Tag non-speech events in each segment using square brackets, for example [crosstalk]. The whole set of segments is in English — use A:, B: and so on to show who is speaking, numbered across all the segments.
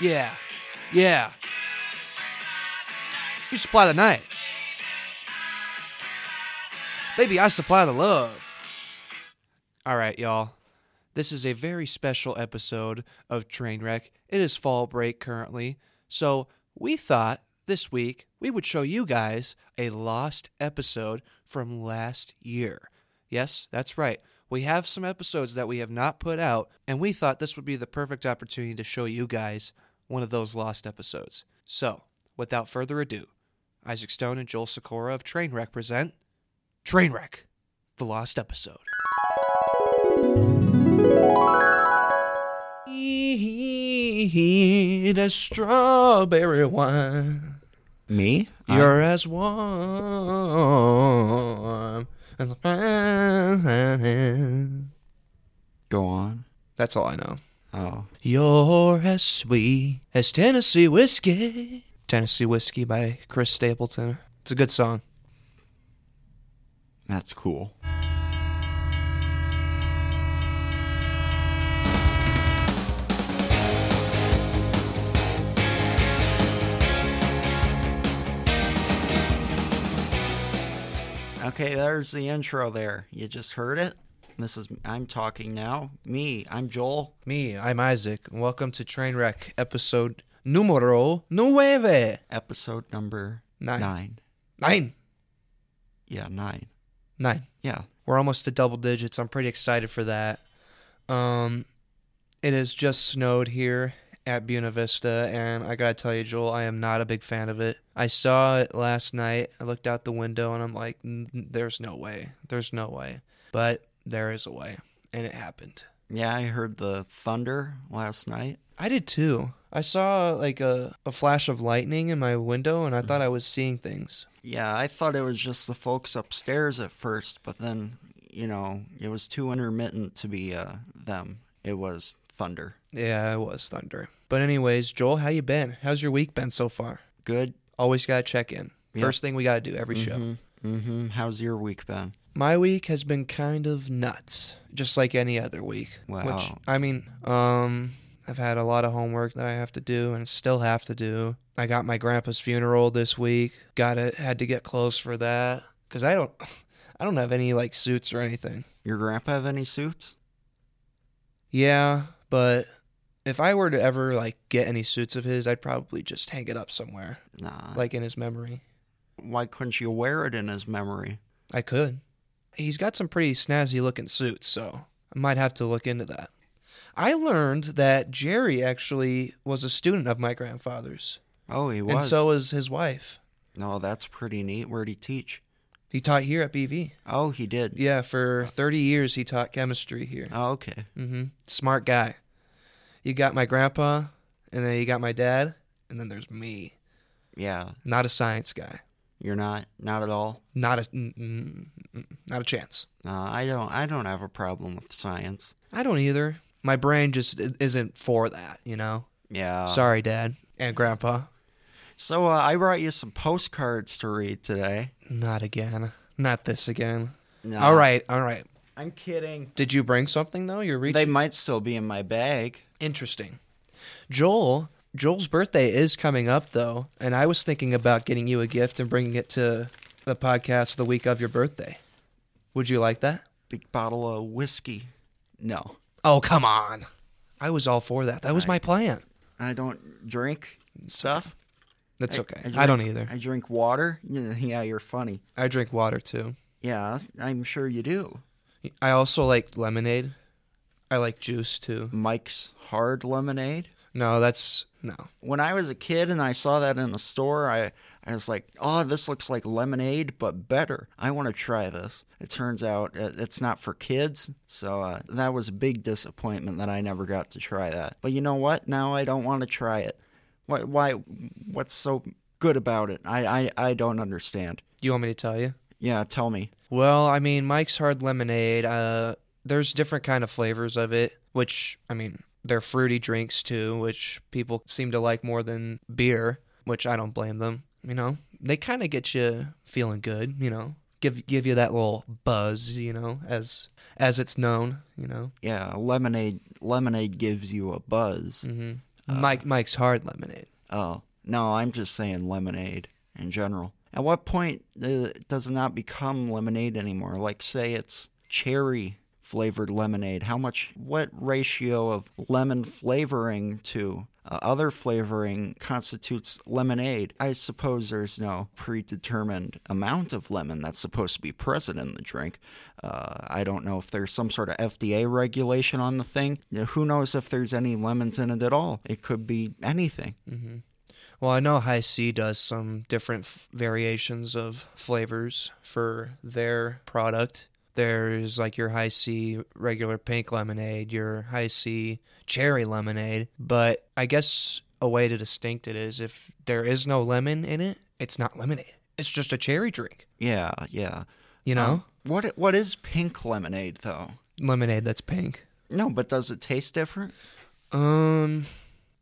A: Yeah. Yeah. You supply the night. Baby, I supply the love. All right, y'all. This is a very special episode of Trainwreck. It is fall break currently. So, we thought this week we would show you guys a lost episode from last year. Yes, that's right. We have some episodes that we have not put out, and we thought this would be the perfect opportunity to show you guys one of those lost episodes. So, without further ado, Isaac Stone and Joel Sikora of Trainwreck present Trainwreck, the lost episode. Need a strawberry wine.
B: Me?
A: You're as warm as wine.
B: Go on.
A: That's all I know.
B: Oh.
A: You're as sweet as Tennessee whiskey. Tennessee whiskey by Chris Stapleton. It's a good song.
B: That's cool. Okay, there's the intro there. You just heard it. This is I'm talking now. Me, I'm Joel.
A: Me, I'm Isaac, and welcome to Trainwreck episode numero nueve.
B: Episode number
A: Nine.
B: nine.
A: Nine.
B: Yeah, nine.
A: Nine.
B: Yeah.
A: We're almost to double digits. I'm pretty excited for that. Um, it has just snowed here at Buena Vista, and I gotta tell you, Joel, I am not a big fan of it. I saw it last night. I looked out the window, and I'm like, "N- "There's no way. There's no way." But there is a way, and it happened.
B: Yeah, I heard the thunder last night.
A: I did too. I saw like a, a flash of lightning in my window, and I thought I was seeing things.
B: Yeah, I thought it was just the folks upstairs at first, but then, you know, it was too intermittent to be uh, them. It was thunder.
A: Yeah, it was thunder. But anyways, Joel, how you been? How's your week been so far?
B: Good.
A: always got to check in. First thing we got to do every show.
B: Mm-hmm. How's your week been?
A: My week has been kind of nuts, just like any other week. Which
B: Wow.
A: I mean, um I've had a lot of homework that I have to do and still have to do. I got my grandpa's funeral this week. Got it had to get clothes for that cuz I don't [laughs] I don't have any like suits or anything.
B: Your grandpa have any suits?
A: Yeah, but if I were to ever like get any suits of his, I'd probably just hang it up somewhere,
B: Nah.
A: like in his memory.
B: Why couldn't you wear it in his memory?
A: I could. He's got some pretty snazzy looking suits, so I might have to look into that. I learned that Jerry actually was a student of my grandfather's,
B: Oh, he was.
A: and so was his wife.
B: no, that's pretty neat. Where'd he teach?
A: He taught here at BV.
B: Oh, he did.
A: Yeah, for 30 years he taught chemistry here.
B: Oh, okay.
A: hmm Smart guy. You got my grandpa, and then you got my dad, and then there's me.
B: Yeah,
A: Not a science guy.
B: you're not. Not at all.
A: Not a mm, mm, mm, not a chance.
B: Nah, I don't. I don't have a problem with science.
A: I don't either. My brain just i- isn't for that, you know.
B: Yeah.
A: Sorry, Dad and Grandpa.
B: So uh, I brought you some postcards to read today.
A: Not again. Not this again.
B: No,
A: all right, all right.
B: I'm kidding.
A: Did you bring something though? You're reaching.
B: They might still be in my bag.
A: Interesting. Joel, Joel's birthday is coming up though, and I was thinking about getting you a gift and bringing it to the podcast the week of your birthday. Would you like that?
B: Big bottle of whiskey. No,
A: Oh, come on. I was all for that. That was my plan.
B: I don't drink stuff.
A: That's okay.
B: drink,
A: I don't either.
B: I drink water. Yeah, you're funny.
A: I drink water too.
B: Yeah, I'm sure you do.
A: I also like lemonade. I like juice too.
B: Mike's hard lemonade.
A: No, that's no.
B: When I was a kid and I saw that in a store, I, I was like, oh, this looks like lemonade, but better. I want to try this. It turns out uh, it's not for kids. So uh, that was a big disappointment that I never got to try that. But you know what? Now I don't want to try it. Why, why what's so good about it? I, I, I don't understand.
A: You want me to tell you?
B: Yeah, tell me.
A: Well, I mean, Mike's Hard Lemonade. Uh, there's different kind of flavors of it, which I mean, they're fruity drinks too, which people seem to like more than beer, which I don't blame them. You know, they kind of get you feeling good. You know, give give you that little buzz. You know, as as it's known. You know,
B: Yeah, lemonade lemonade gives you a buzz.
A: hmm Mike Mike's hard lemonade.
B: Oh, no, I'm just saying lemonade in general. At what point uh, does it not become lemonade anymore? Like, say it's cherry flavored lemonade. How much, what ratio of lemon flavoring to uh, other flavoring constitutes lemonade? I suppose there's no predetermined amount of lemon that's supposed to be present in the drink. Uh, I don't know if there's some sort of FDA regulation on the thing. Who knows if there's any lemons in it at all? It could be anything.
A: Well, I know High C does some different f- variations of flavors for their product. There's like your High C regular pink lemonade, your High C cherry lemonade, but I guess a way to distinct it is if there is no lemon in it, it's not lemonade. It's just a cherry drink,
B: Yeah, yeah.
A: you know?
B: Um, what what is pink lemonade though?
A: lemonade that's pink.
B: No, but does it taste different?
A: Um,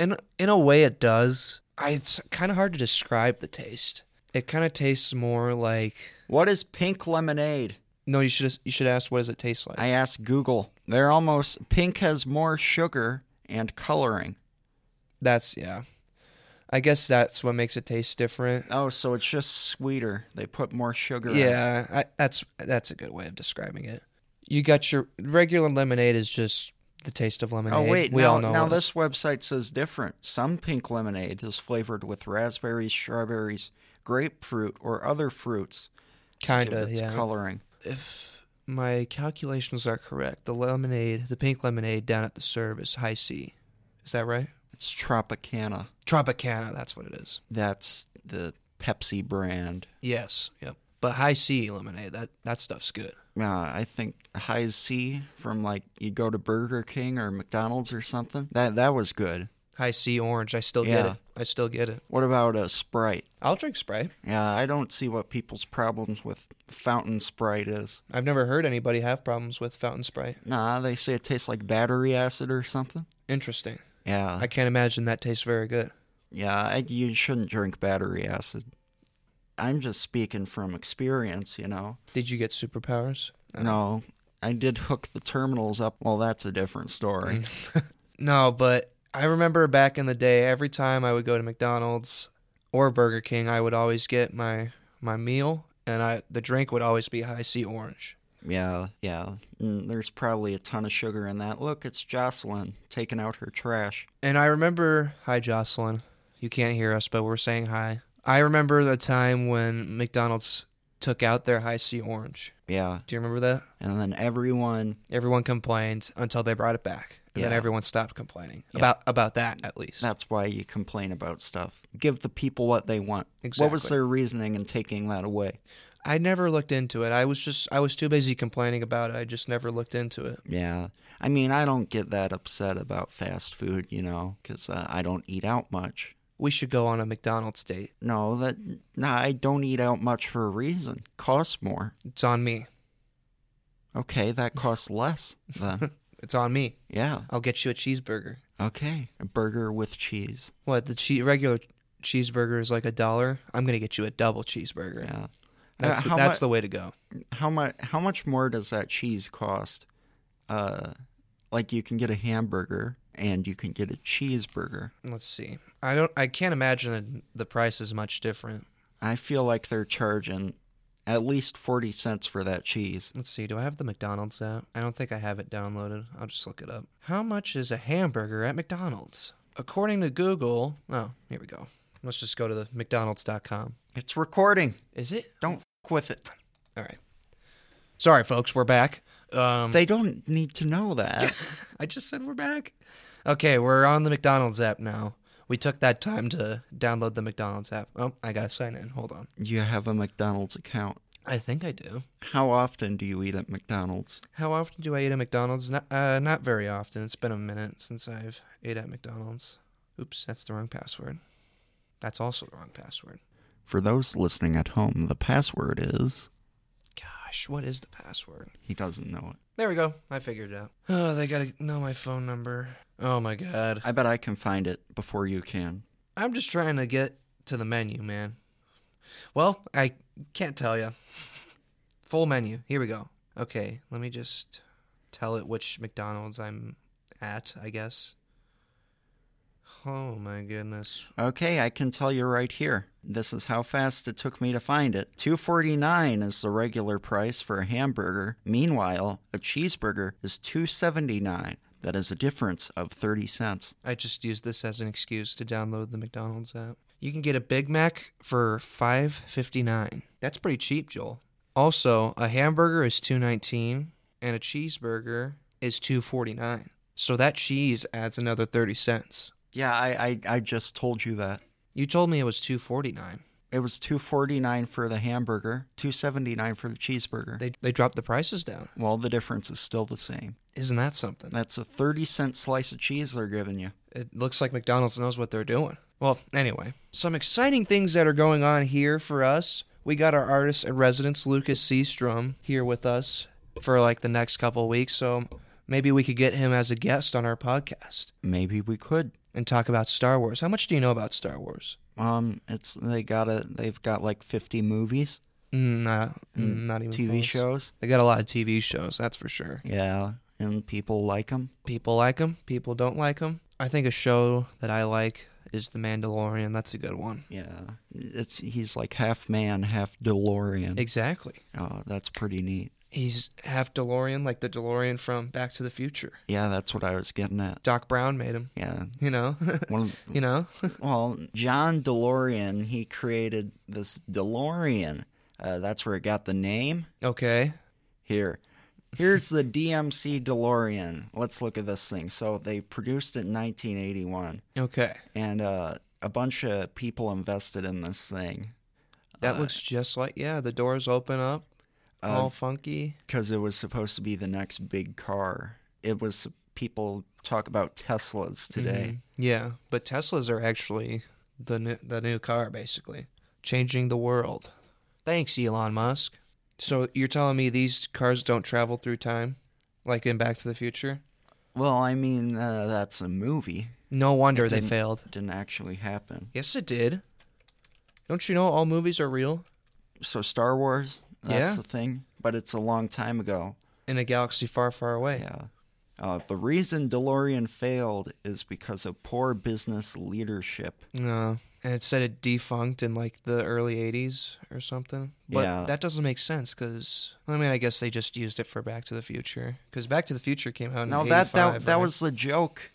A: in in a way, it does. I, it's kind of hard to describe the taste. It kind of tastes more like.
B: What is pink lemonade?
A: No, you should you should ask what does it taste like.
B: I asked Google. They're almost pink has more sugar and coloring.
A: that's yeah. I guess that's what makes it taste different.
B: Oh, so it's just sweeter. They put more sugar. in it.
A: Yeah, I, that's that's a good way of describing it. You got your regular lemonade is just the taste of
B: Oh
A: lemonade.
B: wait,
A: we
B: now,
A: all know
B: now
A: it.
B: this website says different. Some pink lemonade is flavored with raspberries, strawberries, grapefruit, or other fruits.
A: kind
B: Give
A: of
B: its
A: yeah.
B: coloring.
A: If my calculations are correct, the lemonade, the pink lemonade down at the serve is high C. Is that right?
B: It's Tropicana.
A: Tropicana, that's what it is.
B: That's the Pepsi brand.
A: Yes, yep. But high C lemonade, that that stuff's good.
B: uh, I think High C from like you go to Burger King or McDonald's or something. That that was good.
A: High C orange, I still get
B: Yeah.
A: it. I still get it.
B: What about a Sprite?
A: I'll drink Sprite.
B: Yeah, I don't see what people's problems with fountain Sprite is.
A: I've never heard anybody have problems with fountain Sprite.
B: Nah, they say it tastes like battery acid or something.
A: Interesting.
B: Yeah,
A: I can't imagine that tastes very good.
B: yeah, I, you shouldn't drink battery acid. I'm just speaking from experience, you know.
A: Did you get superpowers?
B: No, I did hook the terminals up. Well, that's a different story.
A: No, but I remember back in the day, every time I would go to McDonald's or Burger King, I would always get my my meal, and I the drink would always be high C orange.
B: Yeah, yeah. Mm, there's probably a ton of sugar in that. Look, it's Jocelyn taking out her trash.
A: And I remember, hi Jocelyn, you can't hear us, but we're saying hi. I remember the time when McDonald's took out their high C orange.
B: Yeah.
A: Do you remember that?
B: And then everyone,
A: Everyone complained until they brought it back, and then
B: Yeah.
A: everyone stopped complaining about about that at least.
B: that's why you complain about stuff. Give the people what they want. What was
A: Exactly.
B: their reasoning in taking that away?
A: I never looked into it. I was just I was too busy complaining about it. I just never looked into it.
B: Yeah. I mean, I don't get that upset about fast food, you know, because uh, I don't eat out much.
A: We should go on a McDonald's date.
B: No, that nah, I don't eat out much for a reason. Costs more.
A: It's on me.
B: Okay, that costs less [laughs] then.
A: It's on me.
B: yeah.
A: I'll get you a cheeseburger.
B: Okay. A burger with cheese.
A: What the che- regular cheeseburger is like a dollar. I'm gonna get you a double cheeseburger.
B: Yeah.
A: That's
B: Uh,
A: the,
B: how
A: that's
B: mu-
A: the way to go.
B: how much how much more does that cheese cost? Uh, like you can get a hamburger and you can get a cheeseburger.
A: Let's see. I don't. I can't imagine the price is much different.
B: I feel like they're charging at least forty cents for that cheese.
A: Let's see. Do I have the McDonald's app? I don't think I have it downloaded. I'll just look it up. How much is a hamburger at McDonald's? According to Google. Oh, here we go. Let's just go to the McDonald's.com.
B: It's recording.
A: Is it?
B: Don't f- with it.
A: All right. Sorry, folks. We're back. Um,
B: They don't need to know that.
A: I just said we're back. Okay, we're on the McDonald's app now. We took that time to download the McDonald's app. Oh, I gotta sign in. Hold on.
B: you have a McDonald's account.
A: I think I do.
B: How often do you eat at McDonald's?
A: How often do I eat at McDonald's? Not, uh, not very often. It's been a minute since I've ate at McDonald's. Oops, that's the wrong password. That's also the wrong password.
B: For those listening at home, the password is
A: Gosh, what is the password?
B: he doesn't know it.
A: There we go. I figured it out. [sighs] Oh, they gotta know my phone number. Oh my god.
B: I bet I can find it before you can.
A: I'm just trying to get to the menu, man. Well, I can't tell you. Full menu. Here we go. Okay, let me just tell it which McDonald's I'm at, I guess. Oh my goodness.
B: Okay, I can tell you right here. This is how fast it took me to find it. 249 is the regular price for a hamburger. Meanwhile, a cheeseburger is 279. That is a difference of 30 cents.
A: I just used this as an excuse to download the McDonald's app. You can get a Big Mac for 5.59. That's pretty cheap, Joel. Also, a hamburger is 2.19 and a cheeseburger is 2.49. So that cheese adds another 30 cents.
B: Yeah, I, I, I just told you that.
A: You told me it was 2.49.
B: It was 249 for the hamburger, 279 for the cheeseburger.
A: They they dropped the prices down.
B: well, the difference is still the same.
A: Isn't that something?
B: That's a 30 cent slice of cheese they're giving you.
A: It looks like McDonald's knows what they're doing. Well, anyway, some exciting things that are going on here for us. We got our artist in residence, Lucas Seastrom, here with us for like the next couple of weeks. So maybe we could get him as a guest on our podcast
B: Maybe we could.
A: and talk about Star Wars. How much do you know about Star Wars?
B: Um, it's they got a they've got like 50 movies,
A: Mm, Nah, mm, not even
B: TV
A: close.
B: shows.
A: They got a lot of TV shows, that's for sure.
B: Yeah, and people like them.
A: People like them, people don't like them. I think a show that I like is The Mandalorian. That's a good one.
B: Yeah, it's he's like half man, half DeLorean.
A: Exactly.
B: oh, that's pretty neat.
A: He's half DeLorean, like the DeLorean from Back to the Future.
B: Yeah, that's what I was getting at.
A: Doc Brown made him,
B: Yeah,
A: you know? [laughs]
B: one of,
A: you know? [laughs]
B: well, John DeLorean he created this DeLorean. Uh, that's where it got the name.
A: okay.
B: Here, here's the DMC DeLorean. Let's look at this thing. So they produced it in 1981,
A: Okay.
B: and uh, a bunch of people invested in this thing
A: That looks just like, yeah, the doors open up, all funky.
B: because it was supposed to be the next big car. It was people talk about Teslas today.
A: Mm, Yeah, but Teslas are actually the new, the new car, basically, changing the world. Thanks, Elon Musk. So you're telling me these cars don't travel through time, like in Back to the Future? Mm-hmm.
B: Well, I mean uh, that's a movie.
A: No wonder they
B: didn't-
A: failed.
B: Didn't actually happen.
A: Yes, it did. Don't you know all movies are real?
B: So Star Wars, that's
A: Yeah.
B: the thing, but it's a long time ago.
A: In a galaxy far, far away.
B: Yeah. Uh, the reason DeLorean failed is because of poor business leadership.
A: No. Uh, And it said it defunct in like the early 80s or something. But
B: Yeah.
A: that doesn't make sense because, I mean, I guess they just used it for Back to the Future because Back to the Future came out in
B: No, that that
A: 85,
B: that
A: right?
B: was the joke.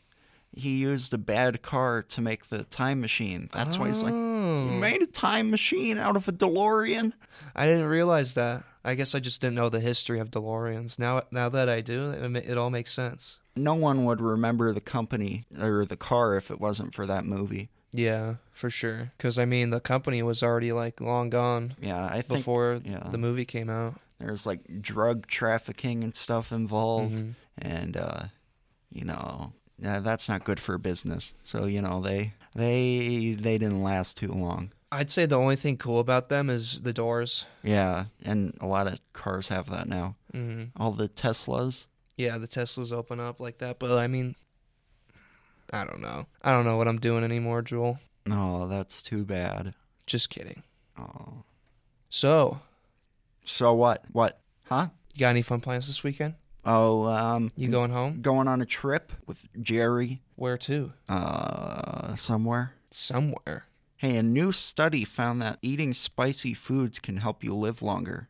B: He used a bad car to make the time machine. That's why he's like,
A: Oh.
B: "You made a time machine out of a DeLorean."
A: I didn't realize that. I guess I just didn't know the history of DeLoreans. Now now that I do, it, ma- it all makes sense.
B: No one would remember the company or the car if it wasn't for that movie.
A: Yeah, for sure. Because, I mean, the company was already like long gone
B: Yeah, I think
A: before
B: yeah.
A: the movie came out.
B: there's like drug trafficking and stuff involved
A: Mm-hmm.
B: and uh you know yeah, that's not good for business so you know they they they didn't last too long
A: I'd say the only thing cool about them is the doors.
B: yeah and a lot of cars have that now
A: Mm-hmm.
B: all the teslas
A: Yeah, the Teslas open up like that, but I mean, I don't know. I don't know what I'm doing anymore, Jewel.
B: oh that's too bad
A: Just kidding.
B: oh
A: So,
B: so what what huh
A: you got any fun plans this weekend?
B: oh um
A: You going home?
B: going on a trip with jerry
A: Where to?
B: uh somewhere
A: Somewhere.
B: hey a new study found that eating spicy foods can help you live longer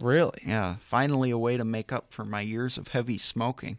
A: Really?
B: Yeah, finally a way to make up for my years of heavy smoking.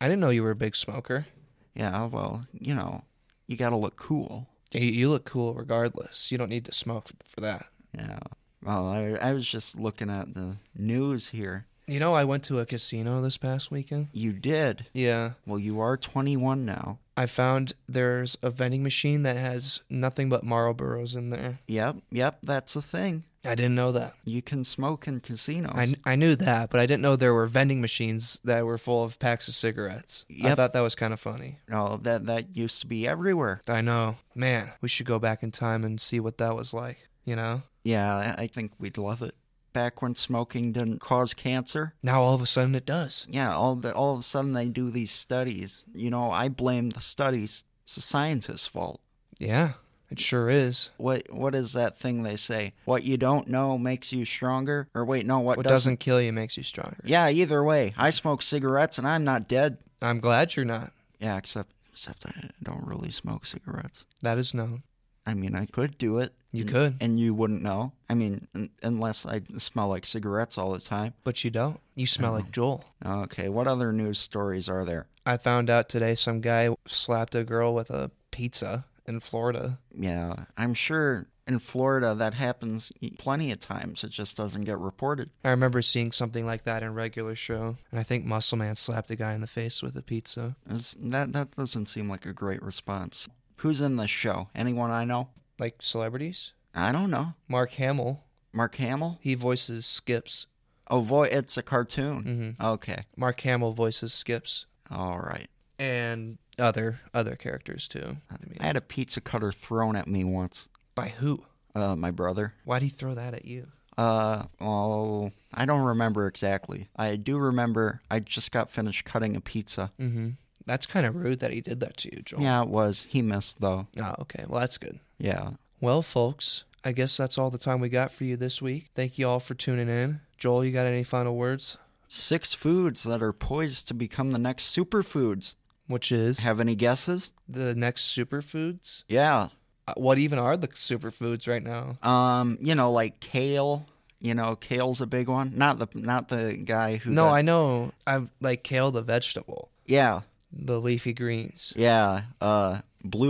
A: I didn't know you were a big smoker.
B: Yeah, well, you know, you gotta look cool.
A: You, you look cool regardless. You don't need to smoke for that.
B: Yeah. Well, I, I was just looking at the news here.
A: You know, I went to a casino this past weekend.
B: You did.
A: Yeah.
B: Well, you are 21 now.
A: I found there's a vending machine that has nothing but Marlboros in there.
B: Yep, yep, that's a thing.
A: I didn't know that.
B: You can smoke in casinos.
A: I, I knew that, but I didn't know there were vending machines that were full of packs of cigarettes. I
B: Yep.
A: thought that was kind of funny.
B: oh, that that used to be everywhere.
A: I know. Man, we should go back in time and see what that was like, you know?
B: Yeah, I, I think we'd love it. Back when smoking didn't cause cancer.
A: Now all of a sudden it does.
B: Yeah, all the, all of a sudden they do these studies. You know, I blame the studies. It's the scientists' fault.
A: Yeah, it sure is.
B: what what is that thing they say? What you don't know makes you stronger, or wait, no, what,
A: What
B: doesn't?
A: doesn't kill you makes you stronger.
B: Yeah, either way, I smoke cigarettes and I'm not dead.
A: I'm glad you're not.
B: Yeah, except except I don't really smoke cigarettes.
A: That is known.
B: I mean, I could do it.
A: You
B: and-
A: could.
B: and you wouldn't know. I mean, un- unless I smell like cigarettes all the time.
A: But you don't. You smell like Joel.
B: Okay, what other news stories are there?
A: I found out today some guy slapped a girl with a pizza in Florida.
B: Yeah, I'm sure in Florida that happens plenty of times. It just doesn't get reported.
A: I remember seeing something like that in regular show, and I think Muscle Man slapped a guy in the face with a pizza.
B: It's, that that doesn't seem like a great response. Who's in this show? Anyone I know?
A: Like celebrities?
B: I don't know.
A: Mark Hamill,
B: Mark Hamill?
A: he voices Skips.
B: Oh, boy, it's a cartoon. Okay,
A: Mark Hamill voices Skips
B: all right.
A: and other other characters too. I mean,
B: I had a pizza cutter thrown at me once.
A: by who?
B: Uh, my brother.
A: Why'd he throw that at you?
B: Uh, oh, I don't remember exactly. I do remember I just got finished cutting a pizza.
A: Mm-hmm. That's kind of rude that he did that to you, Joel.
B: Yeah, it was. He missed though.
A: Oh, okay. Well, that's good.
B: Yeah.
A: Well, folks, I guess that's all the time we got for you this week. Thank you all for tuning in. Joel, you got any final words?
B: Six foods that are poised to become the next superfoods.
A: Which is
B: Have any guesses?
A: the next superfoods?
B: Yeah.
A: Uh, What even are the superfoods right now?
B: Um, you know, like kale. You know, kale's a big one. Not the not the guy who.
A: No,
B: got-
A: I know. I'm like kale, the vegetable,
B: Yeah,
A: the leafy greens.
B: yeah. Uh,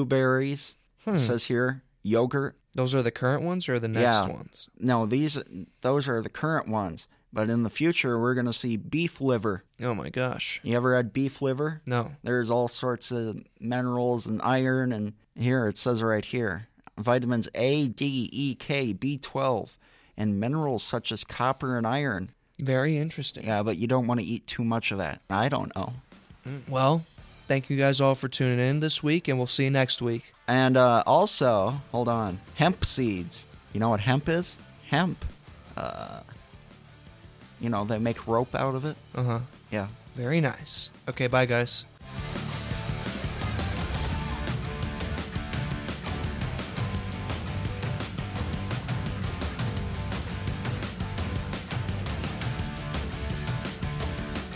B: blueberries.
A: Hmm.
B: It says here yogurt.
A: Those are the current ones or the next
B: Yeah.
A: ones?
B: No, these those are the current ones. But in the future, we're gonna see beef liver.
A: Oh my gosh.
B: You ever had beef liver?
A: No.
B: There's all sorts of minerals and iron, and here it says right here vitamins A, D, E, K, B12, and minerals such as copper and iron.
A: Very interesting.
B: Yeah, but you don't want to eat too much of that. I don't know.
A: Hmm. Well, thank you guys all for tuning in this week, and we'll see you next week.
B: And uh, also, hold on, hemp seeds. You know what hemp is? Hemp. Uh, you know, they make rope out of it.
A: Uh huh.
B: Yeah.
A: Very nice. Okay, bye, guys.